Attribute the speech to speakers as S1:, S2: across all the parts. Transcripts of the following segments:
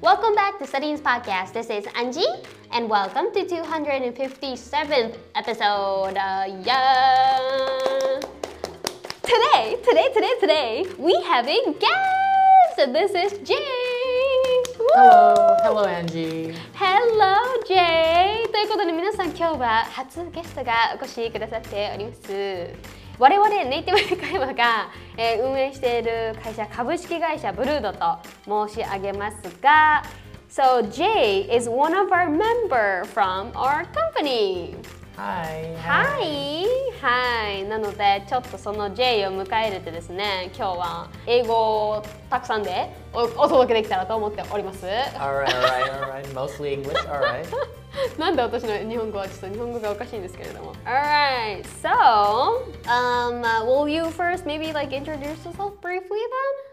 S1: Welcome back to Studying's podcast. This is Angie, and welcome to 257th episode. Uh, yeah. Today, today, today, today, we have a guest. and This is Jay. Woo!
S2: Hello, hello Angie.
S1: Hello, Jay! ということで皆さん今日は初ゲストがお越しくださっております。我々ネイティブ英会話が、えー運営している会社株式会社ブルードと申し上げますが、So Jay is one of our member from our company.
S2: Hi.
S1: はい、はい、なのでちょっとその J を迎え入れてですね、今日は英語をたくさんでおお届けできたらと思っております。
S2: Alright, alright, alright. Mostly English, alright.
S1: なんで私の日本語はちょっと日本語がおかしいんですけれども。Alright, so, um, uh, will you first maybe like introduce yourself briefly then?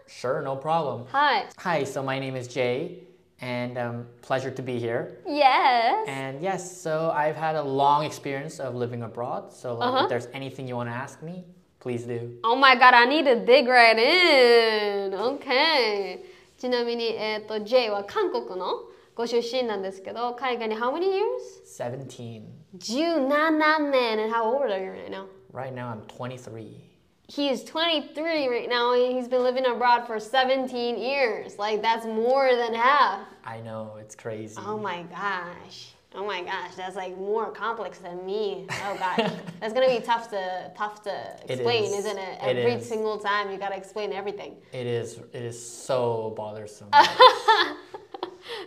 S2: Sure, no problem.
S1: はい。
S2: Hi, so my name is Jay, and um, pleasure to be here.
S1: Yes.
S2: And yes, so I've had a long experience of living abroad, so like,
S1: Uh-huh.
S2: if there's anything you want to ask me, please do.
S1: Oh my god, I need to dig right in. Okay. ちなみに、えっ、と、J は韓国のご出身なんですけど、海外に how many years?
S2: 17.
S1: 17年 and how old are you right now?
S2: Right now I'm 23.
S1: He is 23 right now and he's been living abroad for 17 years. Like, that's more than half.
S2: I know, it's crazy.
S1: Oh my gosh. Oh my gosh, that's like more complex than me. Oh gosh. that's gonna be tough to tough to explain,
S2: is.
S1: isn't it?
S2: It
S1: Every
S2: is.
S1: single time you gotta explain everything.
S2: It is, it is so bothersome.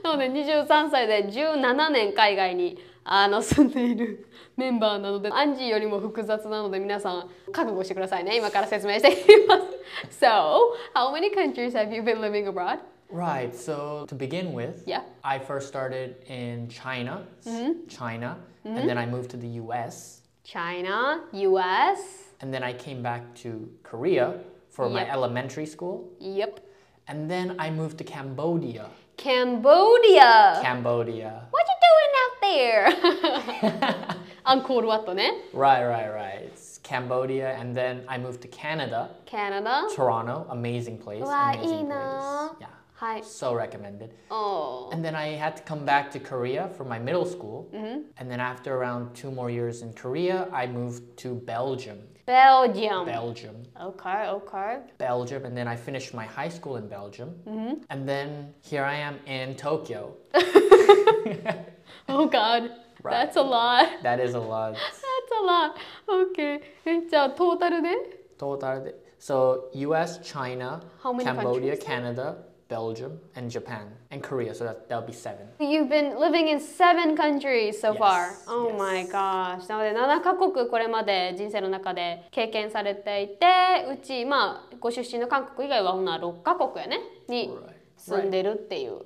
S1: なので23歳で17年海外にあの住んでいるメンバーな のでアンジーよりも複雑なので皆さん覚悟してくださいね今から説明していきます So, how many countries have you been living abroad?
S2: Right. So to begin with,
S1: Yeah.
S2: I first started in China, s- China, and then I moved to the U.S.
S1: China, US,
S2: and then I came back to Korea for my
S1: Yep.
S2: elementary school,
S1: yep,
S2: and then I moved to Cambodia.
S1: Cambodia.
S2: Cambodia.
S1: What you doing out there? アンコールワットね。
S2: Right, right, right. It's Cambodia, and then I moved to Canada,
S1: カナダ。
S2: Toronto. Amazing place.
S1: わあ、
S2: amazing
S1: いいなあ
S2: place. Yeah.
S1: はい。
S2: So recommended.
S1: おー
S2: And then I had to come back to Korea for my middle school.
S1: Mm-hmm.
S2: And then after around two more years in Korea, I moved to Belgium.
S1: ベルジアム。
S2: Belgium.
S1: オーカー、オーカー。
S2: Belgium. And then I finished my high school in Belgium.
S1: Mm-hmm.
S2: And then here I am in Tokyo.
S1: オーカー。
S2: Right.
S1: That's a lot.
S2: That is a lot.
S1: That's a lot. Okay. え、じゃあトータルで
S2: Total. So US, China,
S1: How many
S2: Cambodia,
S1: countries?
S2: Canada, Belgium, and Japan. And Korea. So that, that'll be seven.
S1: You've been living in seven countries so far.
S2: Yes,
S1: Oh
S2: yes.
S1: my gosh. なので7カ国これまで人生の中で経験されていて、うち、まあ、ご出身の韓国以外はほんなら6カ国やね。に
S2: Right.
S1: 住んでるっていう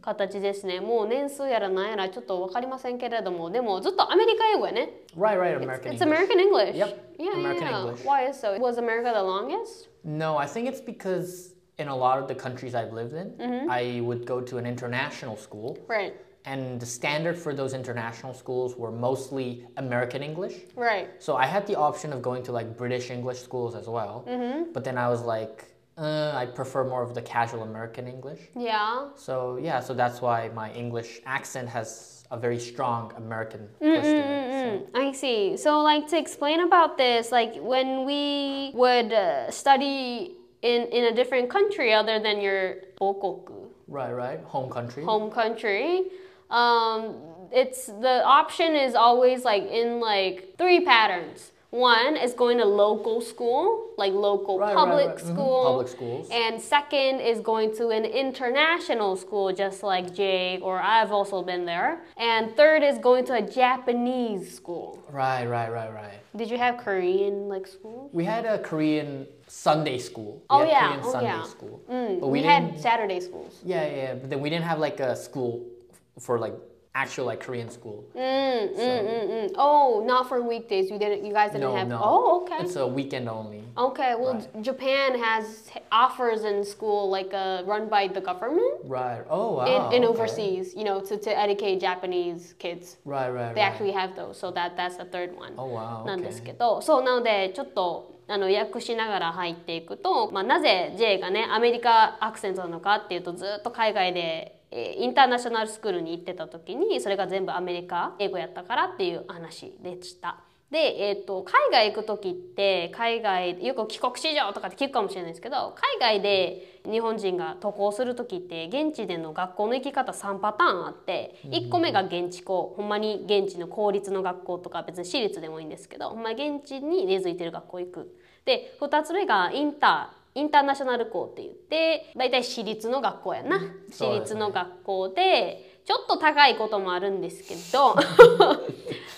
S1: 形ですね。もう年数やらなんやらちょっとわかりませんけれども、でもずっとアメリカ英語やね。
S2: Right, right. American
S1: It's
S2: English.
S1: American English.
S2: Yep,
S1: Yeah,
S2: American
S1: yeah.
S2: English.
S1: Why is so? Was America the longest?
S2: No, I think it's because in a lot of the countries I've lived in,
S1: Mm-hmm.
S2: I would go to an international school.
S1: Right.
S2: And the standard for those international schools were mostly American English.
S1: Right.
S2: So I had the option of going to like British English schools as well.
S1: Mm-hmm.
S2: But then I was like, uh, I prefer more of the casual American English.
S1: Yeah.
S2: So yeah, so that's why my English accent has a very strong American twist to it.
S1: Mm,
S2: So.
S1: I see. So, like, to explain about this, like, when we would uh, study in, in a different country other than your 母国,
S2: Right, right. Home country.
S1: home country, um, it's the option is always like in like three patterns. One is going to local school, like local
S2: Right, right,
S1: public
S2: right. Mhm.
S1: school.
S2: Public schools.
S1: And second is going to an international school, just like Jake or I've also been there. And third is going to a Japanese school.
S2: Right, right, right, right.
S1: Did you have Korean like school?
S2: We had a Korean Sunday school. We
S1: Oh,
S2: had
S1: yeah.
S2: Korean
S1: Oh,
S2: Sunday
S1: yeah.
S2: school.
S1: Mm,
S2: But
S1: we
S2: we,
S1: had
S2: didn't.
S1: Saturday schools.
S2: Yeah, yeah, yeah. But then we didn't have like a school f- for like actual like Korean school.
S1: Mm, mm, mm, mm. Oh, not for weekdays. You didn't. You guys didn't
S2: No,
S1: have.
S2: no.
S1: Oh, okay.
S2: It's a weekend only.
S1: okay. Well,
S2: Right.
S1: J- Japan has offers in school like uh, run by the government
S2: Right. Oh wow.
S1: in, in
S2: okay.
S1: overseas. You know, to, to educate Japanese kids.
S2: Right, right,
S1: They
S2: right.
S1: actually have those. So that that's the third one.
S2: Oh wow.
S1: なんで
S2: Okay.
S1: すけど、そうなのでちょっとあの訳しながら入っていくと、まあ、なぜ J がねアメリカアクセントなのかっていうとずっと海外で、えーインターナショナルスクールに行ってた時にそれが全部アメリカ英語やったからっていう話でした。で、えー、と海外行く時って海外よく帰国子女とかって聞くかもしれないですけど海外で日本人が渡航する時って現地での学校の行き方3パターンあって1個目が現地校ほんまに現地の公立の学校とか別に私立でもいいんですけどほんま現地に根付いてる学校行く。で2つ目がインターインターナショナル校って言って大体私立の学校やな、私
S2: そうで
S1: 立
S2: すね
S1: の学校でちょっと高いこともあるんですけど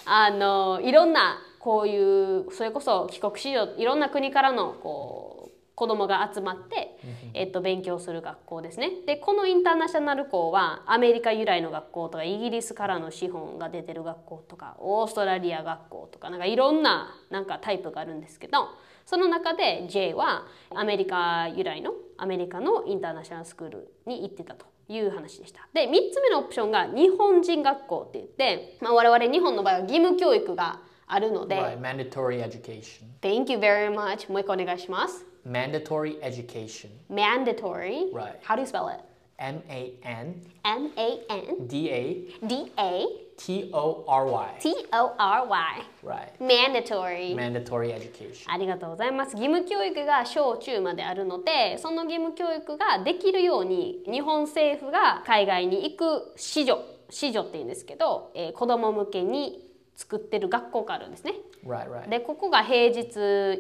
S1: あのいろんなこういうそれこそ帰国子女いろんな国からのこう子供が集まって、えっと、勉強する学校ですね。でこのインターナショナル校はアメリカ由来の学校とかイギリスからの資本が出てる学校とかオーストラリア学校とかなんかいろんななんかタイプがあるんですけどその中で J はアメリカ由来のアメリカのインターナショナルスクールに行ってたという話でした。で3つ目のオプションが日本人学校って言って、まあ、我々日本の場合は義務教育があるので、
S2: Right, mandatory education.
S1: Thank you very much もう一個お願いします。
S2: Mandatory education.
S1: Mandatory、
S2: Right.
S1: How do you spell it?
S2: M A N
S1: M-A-N-D-A
S2: D A T O R Y.
S1: T-O-R-Y
S2: Right.
S1: mandatory
S2: Mandatory education.
S1: ありがとうございます義務教育が小中まであるのでその義務教育ができるように日本政府が海外に行く子女子女って言うんですけど、えー子ども向けに作ってる学校があるんですね
S2: Right, right.
S1: でここが平日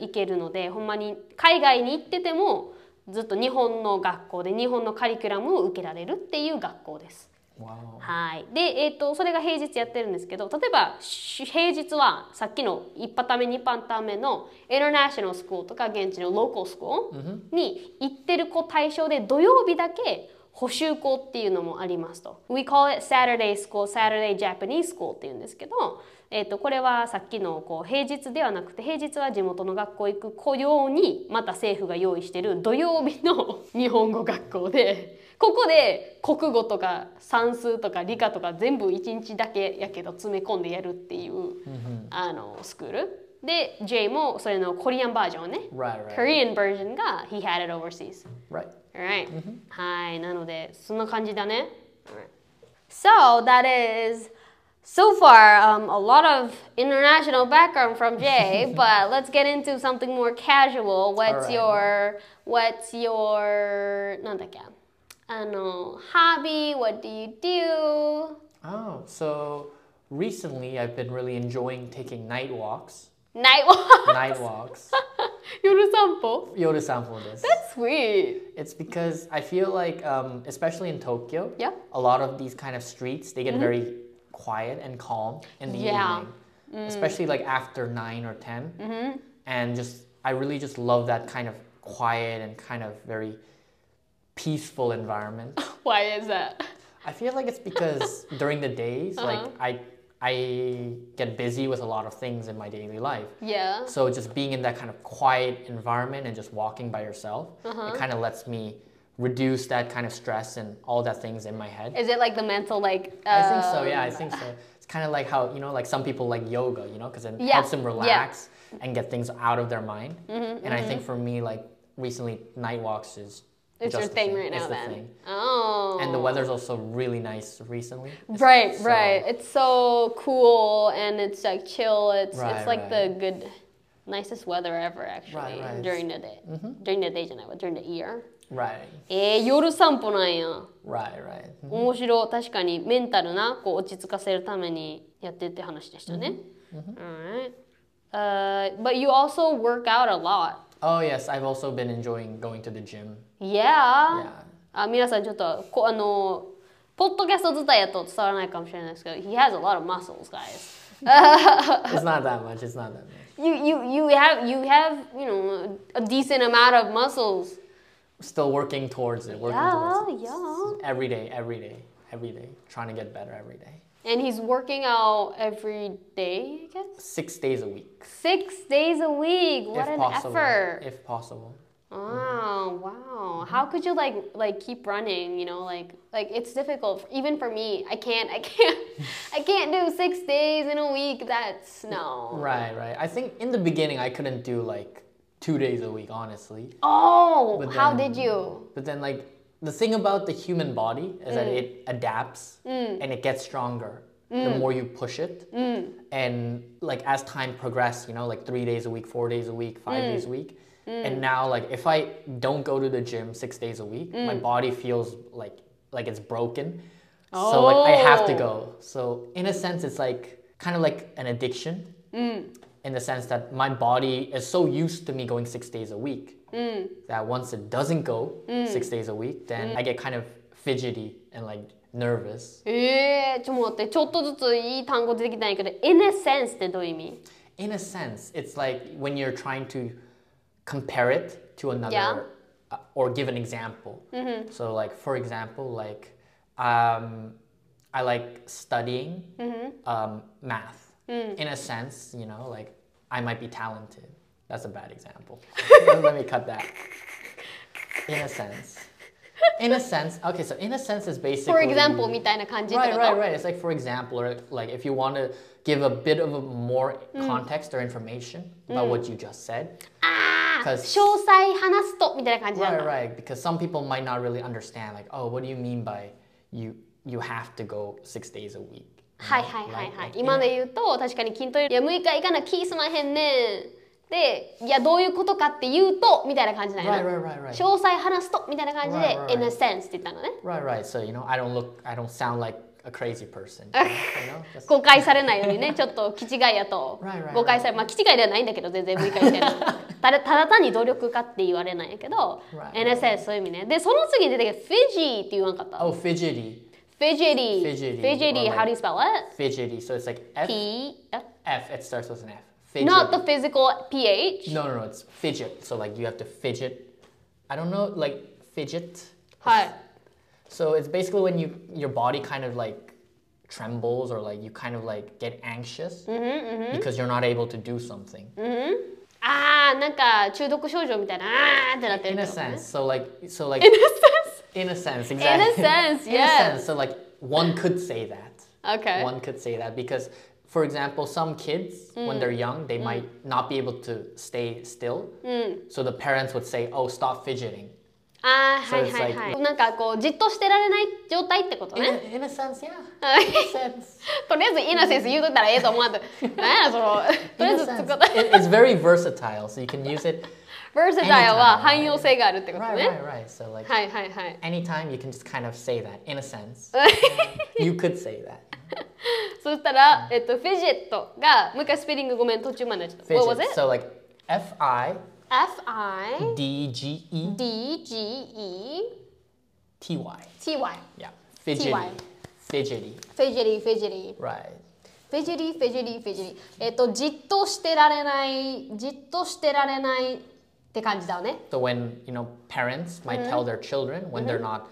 S1: 行けるのでほんまに海外に行っててもずっと日本の学校で日本のカリキュラムを受けられるっていう学校です。
S2: Wow.
S1: はい、で、えー、とそれが平日やってるんですけど例えばし平日はさっきの1パターン目2パターン目のインターナショナルスクールとか現地のローカルスクールに行ってる子対象で土曜日だけ補習校っていうのもありますと。We call it Saturday School, Saturday Japanese School っていうんですけど、えー、とこれはさっきのこう平日ではなくて平日は地元の学校行く子用にまた政府が用意してる土曜日の日本語学校でここで国語とか算数とか理科とか全部一日だけやけど詰め込んでやるっていう、あのスクールで J もそれのコリアンバージョンね
S2: Right, right.
S1: Korean version が He had it overseas
S2: Right.
S1: Alright、はい
S2: Mm-hmm.
S1: なのでそんな感じだね So that is so far um, a lot of international background from Jay, but let's get into something more casual. What's
S2: Alright.
S1: your what's your なんだっけあの hobby? What do you do?
S2: Oh, so recently I've been really enjoying taking night walks.
S1: Night walk?
S2: Night walks.
S1: 夜散歩
S2: 夜散歩です.
S1: Sweet.
S2: It's because I feel like, um, especially in Tokyo,
S1: Yeah.
S2: a lot of these kind of streets they get very quiet and calm in the
S1: Yeah.
S2: evening, especially like after nine or 10 And just I really just love that kind of quiet and kind of very peaceful environment.
S1: Why is that?
S2: I feel like it's because during the days, like I I get busy with a lot of things in my daily life.
S1: Yeah.
S2: So just being in that kind of quiet environment and just walking by yourself,
S1: Uh-huh.
S2: it kind of lets me reduce that kind of stress and all that things in my head.
S1: Is it like the mental like? Uh,
S2: I think so. Yeah, I think so. It's kind of like how you know, like some people like yoga, you know, because it
S1: Yeah,
S2: helps them
S1: yeah. Mm-hmm,
S2: relax and get things out of their mind. and I think for me, like recently, night walks is
S1: It's your
S2: just the
S1: thing right
S2: It's
S1: now
S2: the
S1: then.
S2: thing.
S1: Oh.
S2: And the weather's also really nice recently. It's-
S1: Right,
S2: so-
S1: right. It's so cool and it's like chill. It's it's
S2: Right,
S1: like the
S2: right.
S1: good, nicest weather ever actually
S2: Right, right. Mm-hmm.
S1: during the day, during the day じゃないわ during the year. Eh,
S2: Right,
S1: えー、夜散歩なんや。
S2: right, right.
S1: 面白い確かにメンタルなこう落ち着かせるためにやってって話でしたね。Alright.
S2: Mm-hmm.
S1: Uh, but you also work out a lot.
S2: Oh yes, I've also been enjoying going to the gym.
S1: Yeah.
S2: Yeah.
S1: あ皆さんちょっとこあのポッドキャスト自体やと伝わらないかもしれないですけど、he has a lot of muscles, guys.
S2: It's not that much. It's not that much.
S1: you you you have you have you know a decent amount of muscles.
S2: Still working towards it. Working
S1: Yeah,
S2: towards it.
S1: yeah.
S2: Every day, every day, every day. Trying to get better every day.
S1: And he's working out every day, I guess.
S2: Six days a week,
S1: Six days a week. What
S2: if
S1: an
S2: possible.
S1: effort.
S2: If possible.
S1: Wow, wow. How could you like like keep running, you know, like like it's difficult even for me. I can't I can't I can't do 6 days in a week. That's no.
S2: Right, right. I think in the beginning I couldn't do like two days a week, honestly.
S1: Oh,
S2: But
S1: how
S2: then-
S1: did you?
S2: But then, like, the thing about the human body is that it adapts and it gets stronger the more you push it. And, like, as time progressed, you know, like three days a week, four days a week, five days a week. And now, like, if I don't go to the gym six days a week, my body feels like like it's broken. So like I have to
S1: Oh.
S2: go. So in a sense, it's like kind of like an addiction in the sense that my body is so used to me going six days a week that once it doesn't go six days a week, then I get kind of fidgety and like nervous.
S1: え Eh, ー、ちょっと待って、ちょっとずついい単語出てきたんやけど、in a sense ってどういう意味
S2: In a sense, it's like when you're trying to compare it to another
S1: Yeah. Mm-hmm.
S2: uh, or give an example. So like for example, like um, I like studying
S1: Mm-hmm.
S2: um, math.
S1: Mm.
S2: In a sense, you know, like I might be talented. That's a bad example. Let me cut that. In a sense. In a sense, okay, so in a sense is basically
S1: For example みたいな感じってこ
S2: Right,
S1: と
S2: right, right. It's like, for example, or like if you want to give a bit of a more
S1: Mm.
S2: context or information about what you just said.
S1: ああ、詳
S2: Because,
S1: 細話すとみたいな感じなんだ。
S2: right, right. Because some people might not really understand, like, oh, what do you mean by you you have to go six days a week?
S1: はいはいはいはい、
S2: Like,
S1: 今で言うと確かに筋トレいや6日行かな気すまへんねんでいやどういうことかって言うとみたいな感じなんやな、
S2: Right, right, right, right.
S1: 詳細話すとみたいな感じで
S2: Right, right,
S1: in a
S2: right.
S1: sense って言ったのね
S2: Right, right. So, you know, I don't look, I don't sound like a crazy person. you know? Just-
S1: 誤解されないように ねちょっと気違いやと
S2: Right, right,
S1: 誤解されまあ気違いではないんだけど全然6日行ってる ただただ単に努力家って言われないんやけど
S2: Right,
S1: in a sense そういう意味ねでその次に出てきたフィジーって言わんかった
S2: oh, fidgety.
S1: fidgety
S2: Fidgety
S1: fidgety
S2: or
S1: how do you spell it?
S2: Fidgety. So it's like F.
S1: P
S2: F. It starts with an F. Fidgety.
S1: not the physical pH
S2: No, no, no. It's fidget. So like you have to fidget. I don't know, like fidget.
S1: はい
S2: So it's basically when you your body kind of like trembles or like you kind of like get anxious because you're not able to do something.
S1: あーなんか中毒症状みたいなあーってなってるけ
S2: In a
S1: どね
S2: sense. So like so like
S1: In a sense
S2: in a sense,
S1: In
S2: exactly.
S1: a sense
S2: In a sense.
S1: yes
S2: So like one could say that.
S1: Okay
S2: One could say that because for example, some kids when they're young, they might not be able to stay still. So the parents would say, "Oh, stop fidgeting."
S1: あー
S2: So
S1: はい
S2: it's
S1: はいはいなんかこうじっとしてられない状態ってこと
S2: In
S1: ね
S2: a, in a sense, yeah.
S1: はい
S2: In a sense.
S1: とりあえずイナセンス言うとったらええと思 わんとなんやそのとりあえ
S2: In
S1: ず
S2: a
S1: つ
S2: sense,
S1: くこと
S2: it, it's very versatile, so you can use it.
S1: versatile は
S2: anytime
S1: 汎用性があるってこと
S2: Right,
S1: ね
S2: right, right. So like
S1: はいはいはい
S2: anytime you can just kind of say that in a sense. you could say that.
S1: そしたらえっとフィジェットがもう一回スペリングごめん途中までやっちゃった What was
S2: Fidget.
S1: it?
S2: So like F I
S1: F I
S2: D G E
S1: D G E
S2: T Y.
S1: T Y
S2: Yeah. Fidgety.
S1: TY. フ
S2: Fidgety.
S1: ェジェリーフェジェリー
S2: Right.
S1: フェジェリーフェジェリーフェジェリーえっ、とじっとしてられないじっとしてられないって感じだよね
S2: So when you know parents might
S1: Mm-hmm.
S2: tell their children when they're not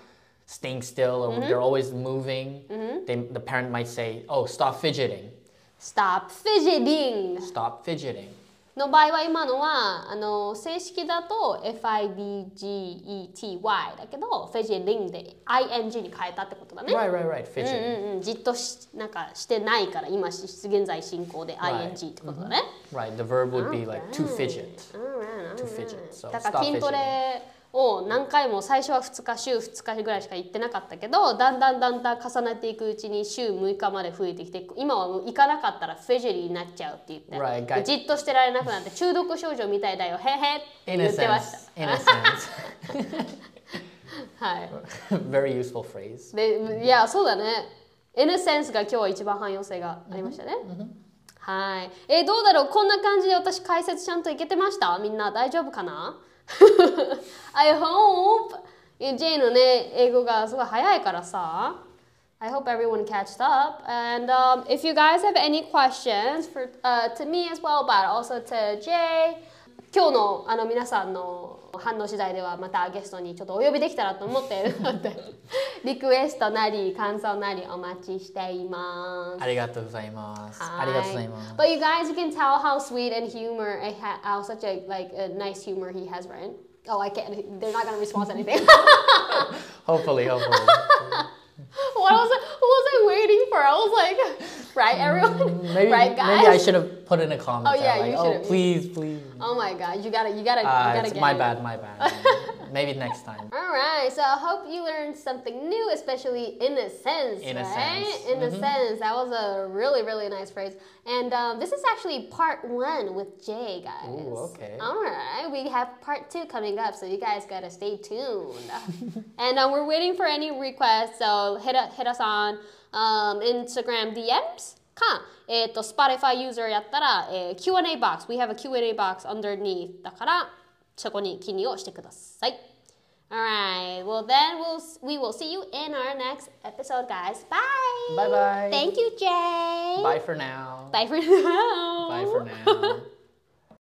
S2: staying still or when they're always moving,
S1: Mm-hmm.
S2: they, the parent might say, "Oh, stop fidgeting.
S1: Stop fidgeting
S2: Stop fidgeting."
S1: の場合は今のはあの正式だと FIDGETY だけどフェジェリングで ING に変えたってことだね
S2: Right, right,
S1: う
S2: right. Fidgeting.
S1: んうんじっとしなんかしてないから今し現在進行で
S2: Right.
S1: ING ってことだね、
S2: Right. The verb would be like to fidget.
S1: Alright,
S2: To
S1: alright.
S2: fidget. So
S1: だか
S2: stop
S1: ら筋ト
S2: fidgeting.
S1: レを何回も最初は2日週2日ぐらいしか行ってなかったけどだんだんだんだん重ねていくうちに週6日まで増えてきて今はもう行かなかったらフェジェリーになっちゃうって言って、
S2: Right, guys.
S1: じっとしてられなくなって中毒症状みたいだよへへって言
S2: In a
S1: ってまし
S2: sense. In a sense.
S1: たはい
S2: Very useful phrase.
S1: でいやそうだね in a sense が今日は一番汎用性がありましたね、はいえーどうだろうこんな感じで私解説ちゃんといけてましたみんな大丈夫かな I hope え J のね英語がすごい早いからさ I hope everyone catched up. And um, if you guys have any questions for uh, to me as well, but also to Jay. 今日のあの皆さんの反応次第ではまたゲストにちょっとお呼びできたらと思っているのでリクエストなり感想なりお待ちしています。
S2: ありがとうございます。
S1: Hi.
S2: ありがとうございます。
S1: But you guys you can tell how sweet and humor I ha- how such a like a nice humor he has, right? Oh, I can't. They're not gonna respond to anything.
S2: Hopefully, hopefully.
S1: what was I, what was I waiting for? I was like, right, everyone,
S2: Mm, Maybe,
S1: right, guys.
S2: maybe I should have put in a comment.
S1: Oh, yeah,
S2: like,
S1: you
S2: oh
S1: should've.
S2: please, please.
S1: Oh my god, you gotta, you gotta, you
S2: Uh,
S1: gotta
S2: it's
S1: get
S2: my
S1: it.
S2: bad, my bad. Maybe next time.
S1: All right, so I hope you learned something new, especially in a sense,
S2: In a
S1: right?
S2: sense.
S1: In
S2: Mm-hmm.
S1: a sense, that was a really, really nice phrase. And um, this is actually part one with Jay, guys.
S2: Ooh, okay.
S1: All right, we have part two coming up, so you guys gotta stay tuned. and uh, we're waiting for any requests, so hit us, hit us on um, Instagram DMs. かえっと Spotify user やったら、えー Q&A box we have a Q&A box underneath だからそこに記入をしてください。Alright, well then we'll we will see you in our next episode, guys. Bye.
S2: Bye bye.
S1: Thank you, Jay.
S2: Bye for now.
S1: Bye for now.
S2: Bye for now.